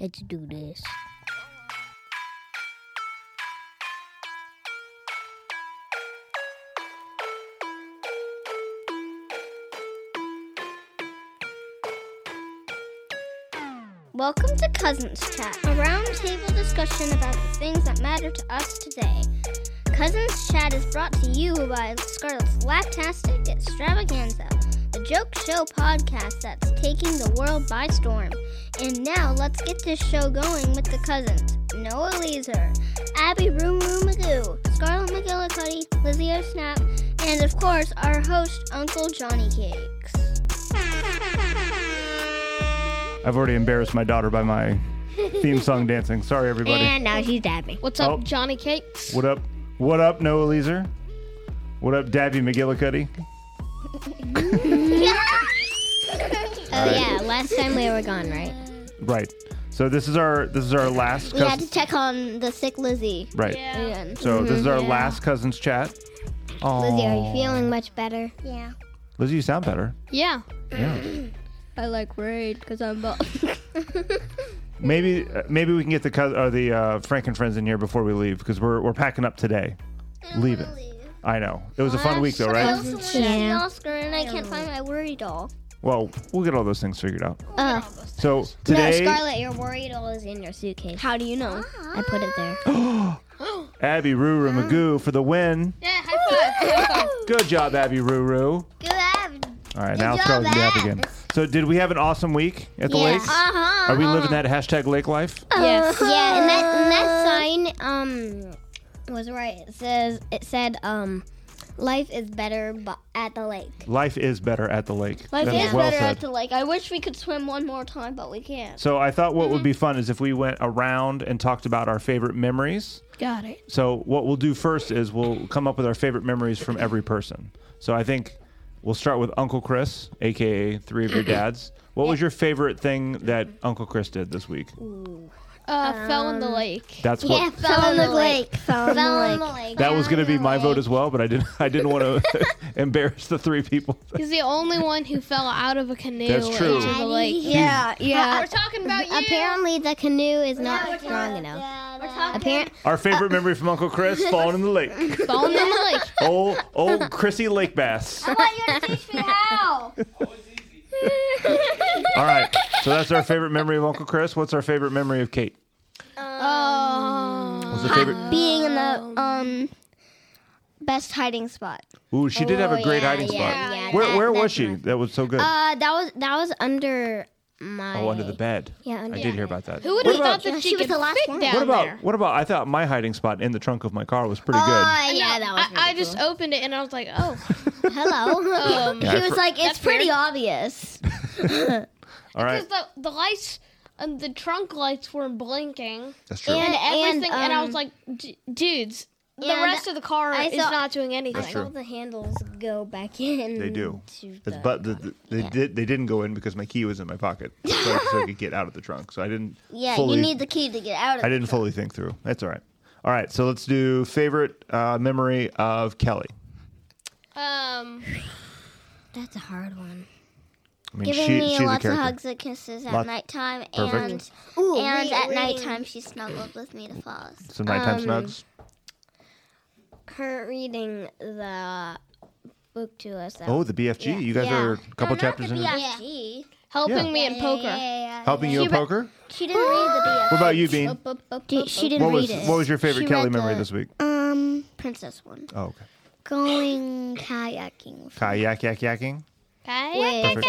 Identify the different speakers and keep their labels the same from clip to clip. Speaker 1: Let's do this. Welcome to Cousins Chat, a roundtable discussion about the things that matter to us today. Cousins Chat is brought to you by Scarlett's Lactastic Extravaganza, the joke show podcast that's taking the world by storm. And now let's get this show going with the cousins Noah Leeser, Abby Room Room Magoo, Scarlett McGillicuddy, Lizzie O'Snap, and of course our host, Uncle Johnny Cakes.
Speaker 2: I've already embarrassed my daughter by my theme song dancing. Sorry, everybody.
Speaker 3: And now she's dabbing.
Speaker 4: What's up,
Speaker 2: Oh.
Speaker 4: Johnny Cakes?
Speaker 2: what up? What up, Noah Leeser? What up, Dabby McGillicuddy?
Speaker 3: Oh yeah, last time we were gone, right?
Speaker 2: Right. So this is our this is our last
Speaker 1: We had to
Speaker 2: cousin.
Speaker 1: check on the sick Lizzie.
Speaker 2: Right.
Speaker 1: Yeah.
Speaker 2: So this is our last cousins chat.
Speaker 3: Lizzie, are
Speaker 2: Oh,
Speaker 3: you feeling much better?
Speaker 1: Yeah.
Speaker 2: Lizzie, you sound better.
Speaker 4: Yeah.
Speaker 2: Yeah.
Speaker 4: I like raid because I'm bu-
Speaker 2: Maybe uh, maybe we can get the cous- or the uh, Frank and friends in here before we leave because we're we're packing up today. Leave it. I know it was a fun week though,
Speaker 1: I
Speaker 2: right?
Speaker 1: also want to see
Speaker 3: Yeah.
Speaker 1: Oscar, and I can't find my worry doll.
Speaker 2: Well, we'll get all those things figured out.
Speaker 3: Oh,
Speaker 2: So today,
Speaker 3: no, Scarlett, your worry doll is in your suitcase.
Speaker 1: How do you know?
Speaker 3: I put it there.
Speaker 2: Abby Ruru Magoo for the win.
Speaker 4: yeah, high five.
Speaker 2: Good job, Abby Ruru.
Speaker 1: Good job.
Speaker 2: All right,
Speaker 1: job,
Speaker 2: now it's probably gonna be up
Speaker 1: Abs.
Speaker 2: again. So, did we have an awesome week at the
Speaker 3: Yeah.
Speaker 2: lake?
Speaker 1: Uh-huh.
Speaker 2: Are we living that hashtag lake life?
Speaker 4: yes.
Speaker 3: Yeah,
Speaker 1: Uh-huh.
Speaker 3: and that, and that sign um was right. It says it said um life is better bu- at the lake.
Speaker 2: Life is better at the lake.
Speaker 1: Life
Speaker 2: That
Speaker 1: is
Speaker 2: was well
Speaker 1: better
Speaker 2: said.
Speaker 1: at the lake. I wish we could swim one more time, but we can't.
Speaker 2: so, I thought
Speaker 1: Mm-hmm.
Speaker 2: what would be fun is if we went around and talked about our favorite memories.
Speaker 4: Got it.
Speaker 2: So, what we'll do first is we'll come up with our favorite memories from every person. So, I think we'll start with Uncle Chris, aka three of your dads. What was your favorite thing that Uncle Chris did this week?
Speaker 4: Uh, fell in the lake.
Speaker 2: That's what.
Speaker 1: fell in the lake.
Speaker 3: Fell in
Speaker 1: Fell
Speaker 3: the
Speaker 1: in the
Speaker 3: lake.
Speaker 1: lake.
Speaker 2: That was going to be
Speaker 3: Oh,
Speaker 2: my vote as well, but I didn't. I didn't want to embarrass the three people.
Speaker 4: He's the only one who fell out of a canoe
Speaker 2: That's true.
Speaker 4: into the lake.
Speaker 3: Yeah, yeah.
Speaker 4: talking about
Speaker 3: Apparently the canoe is not strong enough. Apparent
Speaker 2: Our favorite memory from Uncle Chris falling in the lake.
Speaker 4: Falling in the lake.
Speaker 2: Old old Chrissy Lake Bass. All right. So that's our favorite memory of Uncle Chris. What's our favorite memory of Kate?
Speaker 4: Oh.
Speaker 3: Um,
Speaker 2: What's the favorite?
Speaker 1: Being in the um best hiding spot.
Speaker 2: Ooh, she did have a
Speaker 3: Oh,
Speaker 2: great
Speaker 3: yeah,
Speaker 2: hiding spot.
Speaker 3: yeah, yeah,
Speaker 2: where
Speaker 3: that-
Speaker 2: where was
Speaker 3: that's
Speaker 2: she? That was so good.
Speaker 3: uh that was that was under my
Speaker 2: oh, under the bed.
Speaker 3: Yeah, under
Speaker 2: I
Speaker 3: the
Speaker 2: did hear about that.
Speaker 4: Who would
Speaker 2: What
Speaker 4: have
Speaker 2: about-
Speaker 4: thought that she,
Speaker 3: she was
Speaker 4: could
Speaker 3: the last
Speaker 4: fit
Speaker 3: one.
Speaker 4: down
Speaker 2: What
Speaker 4: there?
Speaker 2: about what about? I thought my hiding spot in the trunk of my car was pretty
Speaker 3: Oh,
Speaker 2: good.
Speaker 3: yeah, that was
Speaker 4: I, I just opened it and I was like, oh.
Speaker 3: hello.
Speaker 4: Um,
Speaker 2: Yeah, I
Speaker 3: he was
Speaker 2: for-
Speaker 3: like, it's
Speaker 4: That's
Speaker 3: pretty
Speaker 4: weird.
Speaker 3: obvious.
Speaker 2: All right,
Speaker 4: Because the, the lights and the trunk lights weren't blinking
Speaker 2: that's true.
Speaker 3: and-
Speaker 4: and everything. And, I
Speaker 3: um,
Speaker 4: was like, D- dudes, the
Speaker 3: and
Speaker 4: rest of the car
Speaker 3: I
Speaker 4: is
Speaker 3: saw-
Speaker 4: not doing anything.
Speaker 2: That's true.
Speaker 3: the handles go back in.
Speaker 2: They do.
Speaker 3: to
Speaker 2: It's
Speaker 3: the-
Speaker 2: but the, the- they did. They didn't go in because my key was in my pocket, so I, so I could get out of the trunk. So I didn't.
Speaker 1: Yeah,
Speaker 2: fully
Speaker 1: you need the key to get out of
Speaker 2: I
Speaker 1: it.
Speaker 2: didn't fully think through. That's all right. All right, so let's do favorite uh, memory of Kelly.
Speaker 4: Um,
Speaker 3: That's a hard one.
Speaker 2: I mean,
Speaker 1: Giving
Speaker 2: she,
Speaker 1: me
Speaker 2: she's
Speaker 1: lots
Speaker 2: a
Speaker 1: of
Speaker 2: character.
Speaker 1: hugs and kisses at
Speaker 2: Lot-
Speaker 1: nighttime
Speaker 2: Perfect.
Speaker 1: and
Speaker 3: Ooh,
Speaker 1: and at nighttime she snuggled with me to fall asleep.
Speaker 2: Some nighttime
Speaker 3: um,
Speaker 2: snugs.
Speaker 3: her reading the book to us.
Speaker 2: Oh, the BFG. You guys
Speaker 3: Yeah.
Speaker 2: are a couple chapters in.
Speaker 1: BFG.
Speaker 4: helping
Speaker 2: Yeah.
Speaker 4: me in poker.
Speaker 2: Helping you in poker.
Speaker 1: She didn't read the BFG.
Speaker 2: What about you, Bean?
Speaker 1: she didn't
Speaker 2: What was
Speaker 1: read it.
Speaker 2: what was your favorite
Speaker 1: She
Speaker 2: Kelly
Speaker 1: read
Speaker 2: memory
Speaker 1: the-
Speaker 2: this week?
Speaker 1: Um, princess one.
Speaker 2: Oh, okay.
Speaker 1: Going kayaking.
Speaker 2: Kayak yak yakking. All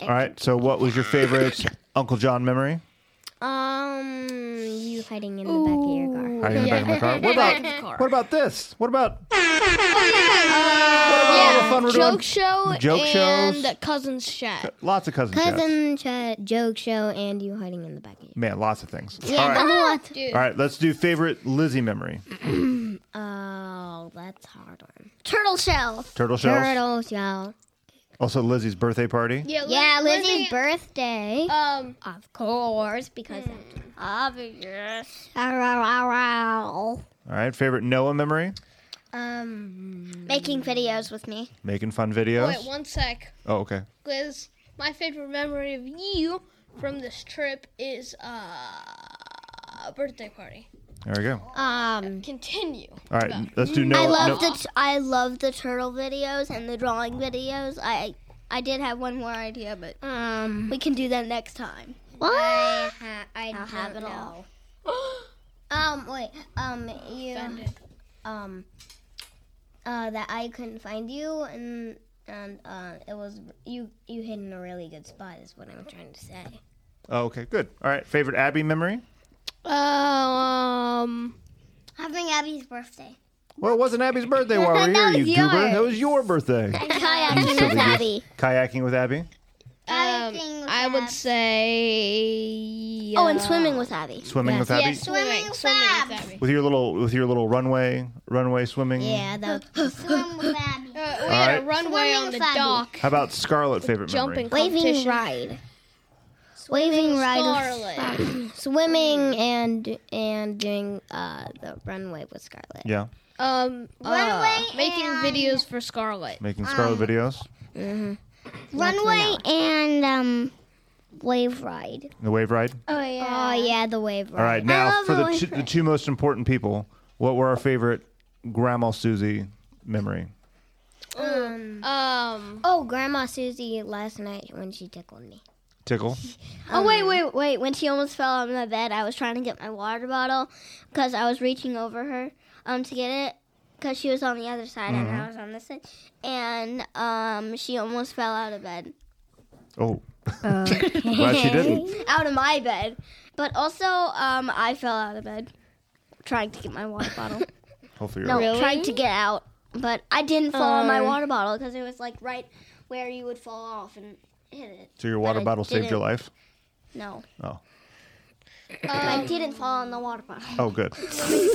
Speaker 4: Um,
Speaker 2: right. So, what was your favorite Uncle John memory?
Speaker 3: Um, you hiding in the back of your car.
Speaker 2: Hiding in the back of my car. What about what about this? What about what about all the fun we're doing?
Speaker 4: Joke show
Speaker 2: Joke
Speaker 4: and
Speaker 2: shows.
Speaker 4: cousins chat.
Speaker 2: Lots of cousin, chats.
Speaker 3: Cousin chat, joke show, and you hiding in the back of your.
Speaker 2: Man, lots of things.
Speaker 3: Yeah,
Speaker 2: all right.
Speaker 4: Dude,
Speaker 2: All right, let's do favorite Lizzie memory.
Speaker 3: Oh, that's a hard one.
Speaker 1: Turtle shell.
Speaker 2: Turtle shells.
Speaker 3: Turtle shell.
Speaker 2: Also, Lizzie's birthday party.
Speaker 4: yeah, Liz-
Speaker 3: Yeah, Lizzie's birthday.
Speaker 4: Um,
Speaker 3: Oh, of course,
Speaker 1: Hmm.
Speaker 3: because.
Speaker 1: Obvious.
Speaker 2: All right, favorite Noah memory.
Speaker 3: Um,
Speaker 1: Making videos with me.
Speaker 2: Making fun videos.
Speaker 4: Oh, wait, one sec,
Speaker 2: Oh, okay.
Speaker 4: Liz. My favorite memory of you from this trip is uh, a birthday party.
Speaker 2: There we go.
Speaker 3: Um,
Speaker 4: Continue.
Speaker 2: All right, n- let's do no.
Speaker 1: I
Speaker 2: no-
Speaker 1: love the t- I love the turtle videos and the drawing videos. I I did have one more idea, but
Speaker 3: um,
Speaker 1: we can do that next time.
Speaker 3: I, ha- I
Speaker 1: I'll
Speaker 3: don't
Speaker 1: have it
Speaker 3: know.
Speaker 1: all.
Speaker 3: Um, wait, um, you,
Speaker 4: Offended.
Speaker 3: um, uh, that I couldn't find you, and and uh, it was you you hid in a really good spot is what I'm trying to say.
Speaker 2: oh, okay, good. All right, favorite Abby memory?
Speaker 4: Oh, Um,
Speaker 1: Having Abby's birthday.
Speaker 2: Well, it wasn't Abby's birthday while we were here,
Speaker 3: That
Speaker 2: you
Speaker 3: was
Speaker 2: goober.
Speaker 3: yours.
Speaker 2: That was your birthday.
Speaker 1: Kayaking
Speaker 2: with Abby. Kayaking with Abby.
Speaker 1: Kayaking with
Speaker 4: um, I would
Speaker 1: Abby.
Speaker 4: say.
Speaker 1: Oh, and swimming with Abby.
Speaker 2: Swimming with Abby.
Speaker 4: Yeah, swimming, swimming with Abby.
Speaker 2: With your little with your little runway runway swimming.
Speaker 3: Yeah, that
Speaker 1: Swim with Abby.
Speaker 4: Uh, we had
Speaker 2: Alright.
Speaker 4: a runway
Speaker 1: Swimming
Speaker 4: on the
Speaker 1: with Abby.
Speaker 4: dock.
Speaker 2: How about Scarlet favorite
Speaker 4: Jumping
Speaker 2: memory?
Speaker 3: waving
Speaker 4: competition.
Speaker 3: ride, waving ride,
Speaker 4: Scarlet.
Speaker 3: with- swimming and and doing uh the runway with Scarlet.
Speaker 2: Yeah,
Speaker 4: Um, uh,
Speaker 1: Runway
Speaker 4: making
Speaker 1: and-
Speaker 4: videos for Scarlet.
Speaker 2: making
Speaker 1: Ah.
Speaker 2: Scarlet videos.
Speaker 1: Runway and um
Speaker 3: Wave ride.
Speaker 2: The wave ride.
Speaker 1: oh
Speaker 3: Oh yeah, the wave ride.
Speaker 2: All right, now
Speaker 1: love
Speaker 2: for
Speaker 1: the
Speaker 2: the
Speaker 1: wave
Speaker 2: two, the two most important people. What were our favorite Grandma Susie memory? Mm.
Speaker 4: Um,
Speaker 3: Oh, Grandma Susie last night when she tickled me.
Speaker 2: Tickle.
Speaker 1: Oh wait,
Speaker 2: Uh-huh.
Speaker 1: wait, wait! When she almost fell on my bed, I was trying to get my water bottle because I was reaching over her um to get it because she was on the other side and
Speaker 2: Uh-huh.
Speaker 1: I was on this side, and um she almost fell out of bed,
Speaker 2: Oh,
Speaker 1: Uh,
Speaker 2: glad she didn't.
Speaker 1: out of my bed, but also um I fell out of bed trying to get my water bottle.
Speaker 2: Hopefully you're
Speaker 1: no,
Speaker 2: right.
Speaker 1: trying to get out, but I didn't fall on my
Speaker 4: Oh.
Speaker 1: water bottle because it was like right where you would fall off and hit it.
Speaker 2: So your water
Speaker 1: I
Speaker 2: bottle saved your
Speaker 1: didn't.
Speaker 2: life.
Speaker 1: No,
Speaker 2: Oh,
Speaker 1: but I didn't fall on the water bottle.
Speaker 2: oh, good.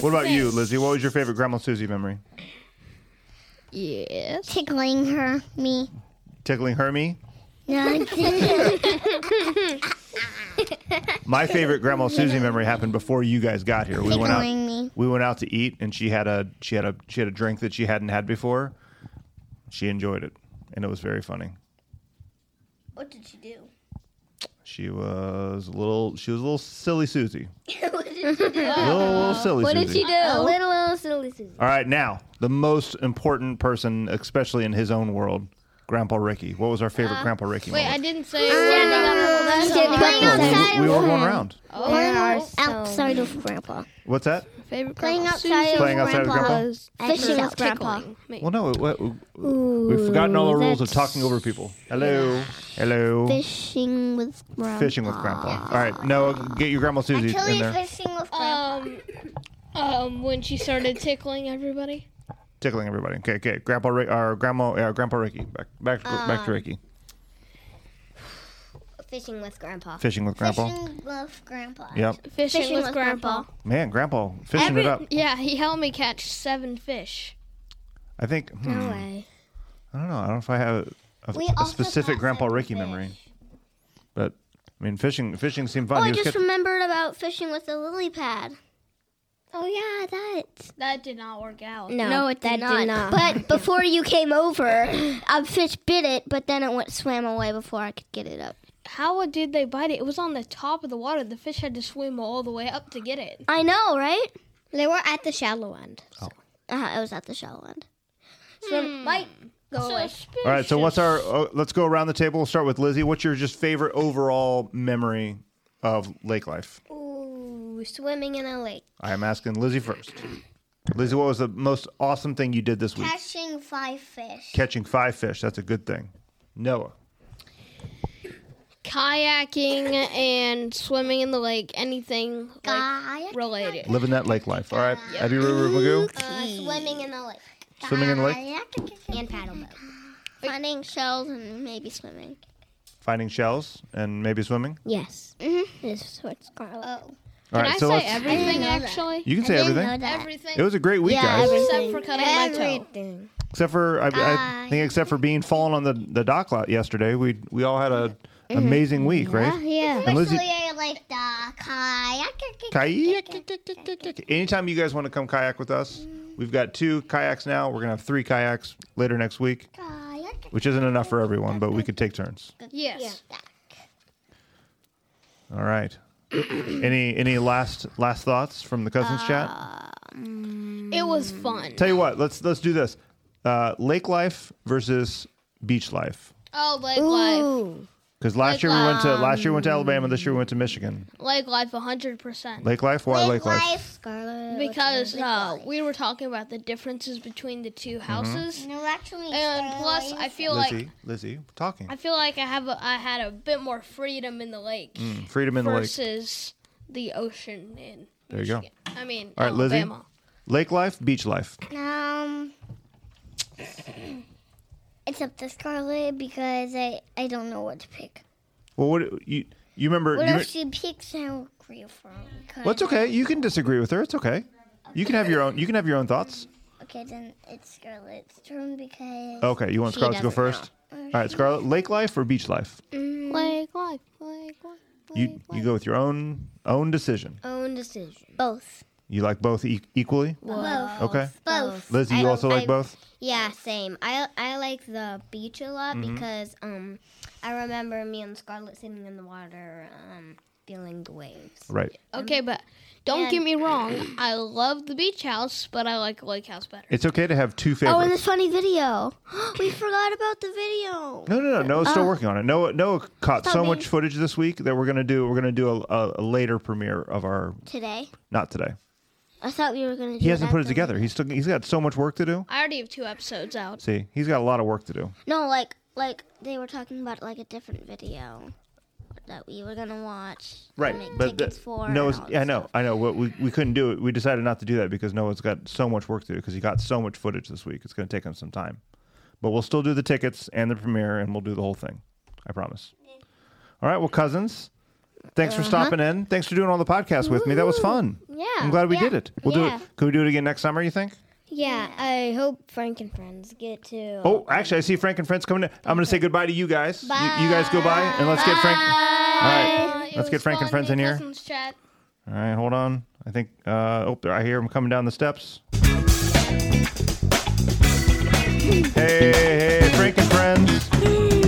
Speaker 2: What about you, Lizzie? What was your favorite Grandma Susie memory?
Speaker 4: yes.
Speaker 1: Tickling her, me.
Speaker 2: Tickling Hermie. My favorite Grandma Susie memory happened before you guys got here. We went out.
Speaker 1: me.
Speaker 2: We went out to eat, and she had a she had a she had a drink that she hadn't had before. She enjoyed it, and it was very funny.
Speaker 1: What did she do?
Speaker 2: She was a little. She was a little silly Susie. A little, little silly Susie.
Speaker 1: A
Speaker 4: do?
Speaker 1: little, little silly Susie.
Speaker 2: All right, now the most important person, especially in his own world, Grandpa Ricky. What was our
Speaker 1: Uh,
Speaker 2: favorite Grandpa Ricky?
Speaker 4: Wait, I
Speaker 2: moment?
Speaker 4: didn't say.
Speaker 2: No, we, we were going around.
Speaker 1: outside of Grandpa.
Speaker 2: What's that?
Speaker 4: Favorite
Speaker 1: Playing
Speaker 4: Grandma
Speaker 1: outside
Speaker 4: Susie
Speaker 1: of
Speaker 2: Playing outside of Grandpa.
Speaker 4: was
Speaker 1: Fishing with Grandpa.
Speaker 4: tickling me.
Speaker 2: Well, no, it- it- we've forgotten all the rules of talking over people. Hello, hello.
Speaker 1: Fishing with Grandpa.
Speaker 2: Fishing with Grandpa. All right, Noah, get your Grandma Susie in there.
Speaker 1: fishing with
Speaker 4: Um, um, when she started tickling everybody.
Speaker 2: tickling everybody. Okay, okay. Grandpa Rick, or Grandma, uh, Grandpa Ricky. Back, back, to, back
Speaker 1: Um,
Speaker 2: to Ricky.
Speaker 3: Fishing with Grandpa.
Speaker 2: Fishing with Grandpa.
Speaker 1: with Grandpa.
Speaker 2: Yep.
Speaker 4: Fishing, with, Grandpa.
Speaker 2: Man, Grandpa, fishing it up.
Speaker 4: Yeah, he helped me catch seven fish.
Speaker 2: I think. hmm,
Speaker 3: No way.
Speaker 2: I don't know. I don't know if I have a, a
Speaker 1: also
Speaker 2: specific
Speaker 1: caught
Speaker 2: Grandpa
Speaker 1: some
Speaker 2: Ricky
Speaker 1: fish.
Speaker 2: memory, but I mean, fishing. Fishing seemed fun.
Speaker 1: Oh,
Speaker 2: He
Speaker 1: I
Speaker 2: was
Speaker 1: just
Speaker 2: catch-
Speaker 1: remembered about fishing with the lily pad. Oh yeah, that.
Speaker 4: That did not work out.
Speaker 3: No,
Speaker 1: it
Speaker 3: that
Speaker 1: did not. But before you came over, a fish bit it, but then it went swam away before I could get it up.
Speaker 4: How did they bite it? It was on the top of the water. The fish had to swim all the way up to get it.
Speaker 1: I know, right?
Speaker 3: they were at the shallow end.
Speaker 2: Oh.
Speaker 1: Uh, it was at the shallow end. So it might go
Speaker 4: Oh,
Speaker 1: away.
Speaker 2: All right. So what's our? Uh, let's go around the table. We'll start with Lizzie. What's your just favorite overall memory of lake life?
Speaker 3: Ooh, swimming in a lake.
Speaker 2: I am asking Lizzie first. Lizzie, what was the most awesome thing you did this week?
Speaker 1: Catching five fish.
Speaker 2: Catching five fish. That's a good thing. Noah.
Speaker 4: kayaking and swimming in the lake? Anything like,
Speaker 1: Kayak.
Speaker 4: related?
Speaker 2: Living that lake life. All right. Abby Ruru Magoo.
Speaker 3: Uh, swimming in the lake.
Speaker 2: Swimming in the lake.
Speaker 3: And paddle boat.
Speaker 1: Finding shells and maybe swimming.
Speaker 2: Finding shells and maybe swimming.
Speaker 3: Yes. Mm-hmm.
Speaker 1: This what's Scarlet. Oh,
Speaker 2: All right.
Speaker 4: Can I
Speaker 2: so
Speaker 4: say
Speaker 2: let's.
Speaker 4: everything? Actually,
Speaker 2: You can say everything.
Speaker 4: everything
Speaker 2: It was a great week,
Speaker 1: Yeah,
Speaker 2: guys.
Speaker 1: every-
Speaker 4: except for cutting my toe.
Speaker 3: Everything.
Speaker 2: except for I,
Speaker 3: Uh,
Speaker 2: I think except for being fallen on the, the dock lot yesterday we we all had a amazing week right
Speaker 3: Yeah.
Speaker 2: and Lizzie,
Speaker 1: like the kayak.
Speaker 2: kayak anytime you guys want to come kayak with us we've got two kayaks now we're gonna have three kayaks later next week
Speaker 1: Kayak.
Speaker 2: we which isn't enough for everyone, but we could take turns.
Speaker 4: Yes.
Speaker 2: All right. any any last last thoughts from the cousins chat?
Speaker 4: It was fun.
Speaker 2: Tell you what, let's let's do this. Uh, lake life versus beach life.
Speaker 4: Oh, like life.
Speaker 3: Ooh.
Speaker 2: Because last year we went to last year we went to Alabama, this year we went to Michigan.
Speaker 4: Like life 100%.
Speaker 2: Lake life, why lake, life?
Speaker 3: Scarlet.
Speaker 4: because uh, we were talking about the differences between the
Speaker 2: Mm-hmm.
Speaker 4: two houses.
Speaker 3: Mm-hmm.
Speaker 1: No, actually,
Speaker 4: And plus, I feel
Speaker 2: Lizzie,
Speaker 4: like
Speaker 2: Lizzie, talking.
Speaker 4: I feel like I have a, I had a bit more freedom in the lake
Speaker 2: Hmm, Freedom Mm. in the lake.
Speaker 4: versus the ocean in
Speaker 2: There you go.
Speaker 4: Michigan. I mean,
Speaker 2: All right, Lizzie.
Speaker 4: Alabama.
Speaker 2: Lake life, beach life.
Speaker 1: um, it's up to Scarlett because I I don't know what to pick.
Speaker 2: Well, what you you remember?
Speaker 1: What
Speaker 2: you
Speaker 1: if
Speaker 2: re-
Speaker 1: she picks an agree from? Because,
Speaker 2: Well, it's okay. You can disagree with her. It's okay. You can have your own. You can have your own thoughts.
Speaker 1: Okay, then it's Scarlett's turn because
Speaker 2: Okay. You want
Speaker 3: She
Speaker 2: Scarlett to go
Speaker 3: doesn't know.
Speaker 2: first? All right, Scarlett. Lake life or beach life?
Speaker 1: mm,
Speaker 4: Like life, like life.
Speaker 2: You you go with your own own decision.
Speaker 3: Own decision.
Speaker 1: both.
Speaker 2: You like both e- equally?
Speaker 3: Both.
Speaker 2: Okay.
Speaker 3: Both.
Speaker 2: Lizzie,
Speaker 3: I
Speaker 2: you
Speaker 3: don't-
Speaker 2: also like
Speaker 3: I-
Speaker 2: both.
Speaker 3: Yeah, same. I I like the beach a lot
Speaker 2: Mm-hmm.
Speaker 3: because um I remember me and Scarlett sitting in the water um feeling the waves.
Speaker 2: Right.
Speaker 4: Okay, but don't get me wrong. I love the beach house, but I like lake house better.
Speaker 2: It's okay to have two
Speaker 1: Oh, and the
Speaker 2: favorites.
Speaker 1: funny video. we forgot about the video.
Speaker 2: no, no, no. Noah's
Speaker 3: Oh.
Speaker 2: still working on it. Noah, Noah caught so
Speaker 1: being-
Speaker 2: much footage this week that we're gonna do. We're gonna do a, a, a later premiere of our
Speaker 1: Today,
Speaker 2: not today.
Speaker 1: I thought we were gonna. Do
Speaker 2: He hasn't
Speaker 1: that
Speaker 2: put it
Speaker 1: for-
Speaker 2: together. He's still he's got so much work to do.
Speaker 4: I already have two episodes out.
Speaker 2: See, he's got a lot of work to do.
Speaker 1: No, like like they were talking about like a different video that we were gonna watch.
Speaker 2: Right,
Speaker 1: Make
Speaker 2: but
Speaker 1: tickets
Speaker 2: that-
Speaker 1: for
Speaker 2: Noah's.
Speaker 1: and all
Speaker 2: Yeah, I
Speaker 1: that
Speaker 2: know,
Speaker 1: stuff.
Speaker 2: I know. What we, we couldn't do it. We decided not to do that because Noah's got so much work to do because he got so much footage this week. It's going to take him some time, but we'll still do the tickets and the premiere, and we'll do the whole thing. I promise. All right, well, cousins, thanks
Speaker 1: Uh-huh.
Speaker 2: for stopping in. Thanks for doing all the podcasts with me. That was fun.
Speaker 3: Yeah.
Speaker 2: I'm glad we did it. We'll
Speaker 3: Yeah.
Speaker 2: do it. Can we do it again next summer? You think?
Speaker 3: Yeah, I hope Frank and friends get to
Speaker 2: Oh, actually, I see Frank and friends coming in. I'm going to say goodbye to you guys. You, you guys go bye, and let's get Frank. All right.
Speaker 4: Uh, it
Speaker 2: Let's get
Speaker 4: was
Speaker 2: Frank and
Speaker 4: fun.
Speaker 2: friends
Speaker 4: The
Speaker 2: in here.
Speaker 4: Cousins chat.
Speaker 2: All right, hold on. I think. Uh, oh, there, I hear him coming down the steps. Hey, hey, Frank and friends.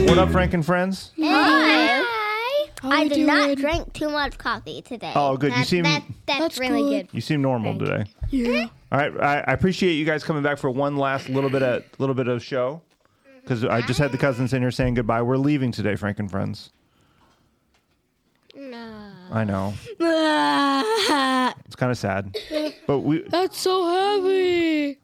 Speaker 2: What up, Frank and friends?
Speaker 1: I did not drink too much coffee today.
Speaker 2: Oh, good. You
Speaker 3: That-
Speaker 2: seem
Speaker 3: that, that's, really good.
Speaker 2: you seem normal today. Yeah. All right, I, I appreciate you guys coming back for one last little bit of little bit of show, because I just had the cousins in here saying goodbye. We're leaving today, Frank and friends. No. I know. It's kind of sad, but we
Speaker 4: That's so heavy.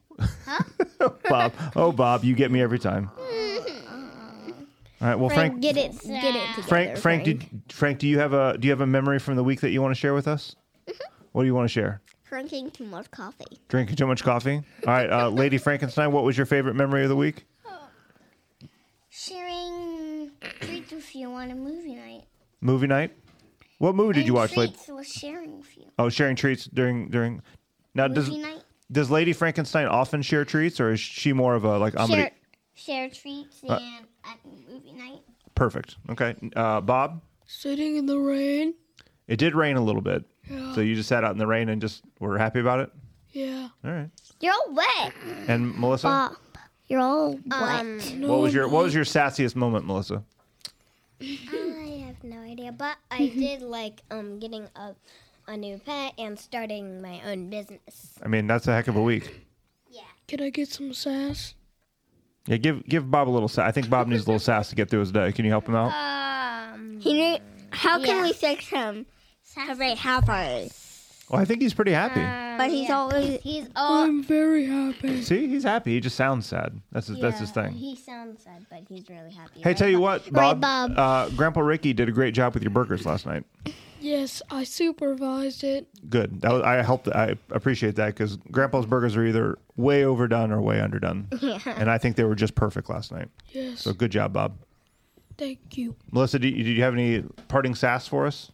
Speaker 2: Bob. Oh, Bob, you get me every time. All right. Well, Frank,
Speaker 3: Get it get it together.
Speaker 2: Frank, Frank, did, Frank, do you have a do you have a memory from the week that you want to share with us? What do you want to share?
Speaker 1: Drinking too much coffee.
Speaker 2: Drinking too much coffee. All right, uh, Lady Frankenstein. What was your favorite memory of the week?
Speaker 1: Sharing treats with you on a movie night.
Speaker 2: Movie night. What movie did you
Speaker 1: And
Speaker 2: watch? Like
Speaker 1: Treats was sharing with you.
Speaker 2: oh, sharing treats during during. Now does
Speaker 1: movie night.
Speaker 2: does Lady Frankenstein often share treats, or is she more of a like I'm
Speaker 1: Share
Speaker 2: gonna
Speaker 1: share treats
Speaker 2: Uh.
Speaker 1: and at movie night.
Speaker 2: perfect? Okay, uh, Bob.
Speaker 4: Sitting in the rain.
Speaker 2: It did rain a little bit, so you just sat out in the rain and just were happy about it.
Speaker 4: Yeah.
Speaker 2: All right.
Speaker 1: You're all wet.
Speaker 2: And Melissa,
Speaker 1: You're all wet.
Speaker 3: Um,
Speaker 2: what was your what was your sassiest moment, Melissa?
Speaker 3: I have no idea, but I did like um getting a a new pet and starting my own business.
Speaker 2: I mean, that's a heck of a week.
Speaker 4: Can I get some sass?
Speaker 2: Yeah, give give Bob a little sass. I think Bob needs a little sass to get through his day. Can you help him
Speaker 1: Uh,
Speaker 2: out?
Speaker 3: Um
Speaker 1: He knew, how can
Speaker 3: Yeah.
Speaker 1: we fix him? Saturday half hours.
Speaker 2: Well, I think he's pretty happy.
Speaker 3: Um,
Speaker 1: But he's always
Speaker 3: he's all
Speaker 4: I'm very happy.
Speaker 2: See, he's happy. He just sounds sad. That's his, that's his thing.
Speaker 3: He sounds sad, but he's really happy.
Speaker 2: Hey, tell you what, Bob.
Speaker 1: Right, Bob.
Speaker 2: Uh, Grandpa Ricky did a great job with your burgers last night.
Speaker 4: Yes, I supervised it.
Speaker 2: Good. That was, I helped. I appreciate that because Grandpa's burgers are either way overdone or way underdone, and I think they were just perfect last night.
Speaker 4: Yes.
Speaker 2: So good job, Bob.
Speaker 4: Thank you.
Speaker 2: Melissa, do you, did you have any parting sass for us?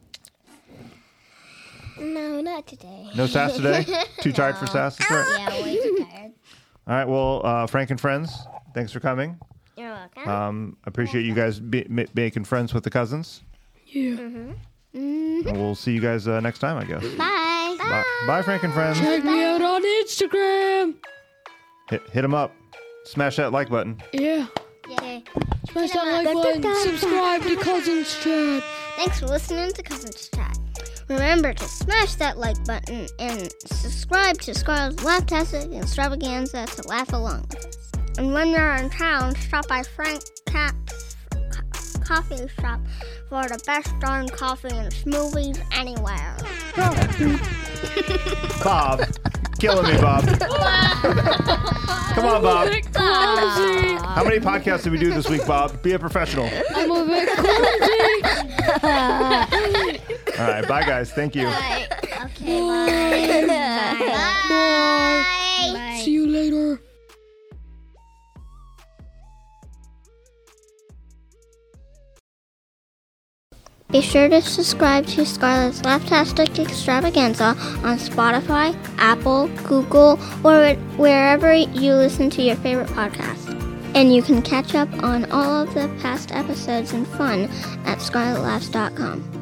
Speaker 1: no, not today.
Speaker 2: No sass today. Too tired for sass. That's all right.
Speaker 3: Yeah, way too tired.
Speaker 2: All right. Well, uh, Frank and friends, thanks for coming.
Speaker 3: You're welcome.
Speaker 2: Um, appreciate you guys be, ma- making friends with the cousins.
Speaker 4: Yeah.
Speaker 3: Mm-hmm.
Speaker 2: And we'll see you guys uh, next time, I guess.
Speaker 1: Bye.
Speaker 2: Bye, Bye Frank and friends.
Speaker 4: Check me out on Instagram.
Speaker 2: Hit, hit 'em up. Smash that like button.
Speaker 4: Yeah.
Speaker 1: Yay.
Speaker 5: Smash that like button. Subscribe to Cousins Chat.
Speaker 1: Thanks for listening to Cousins Chat. Remember to smash that like button and subscribe to Scarlet's Laughtastic and Extravaganza to laugh along with us. And when you're in town, stop by Frank Cap's co- coffee shop for the best darn coffee and smoothies anywhere.
Speaker 2: Bob, killing me, Bob. Come on, Bob. How many podcasts did we do this week, Bob? Be a professional.
Speaker 5: I'm a bit clumsy.
Speaker 2: All right, bye, guys. Thank you.
Speaker 5: Bye. See you later.
Speaker 1: Be sure to subscribe to Scarlett's Laughtastic Extravaganza on Spotify, Apple, Google, or wherever you listen to your favorite podcast. And you can catch up on all of the past episodes and fun at scarlettlaughs.com.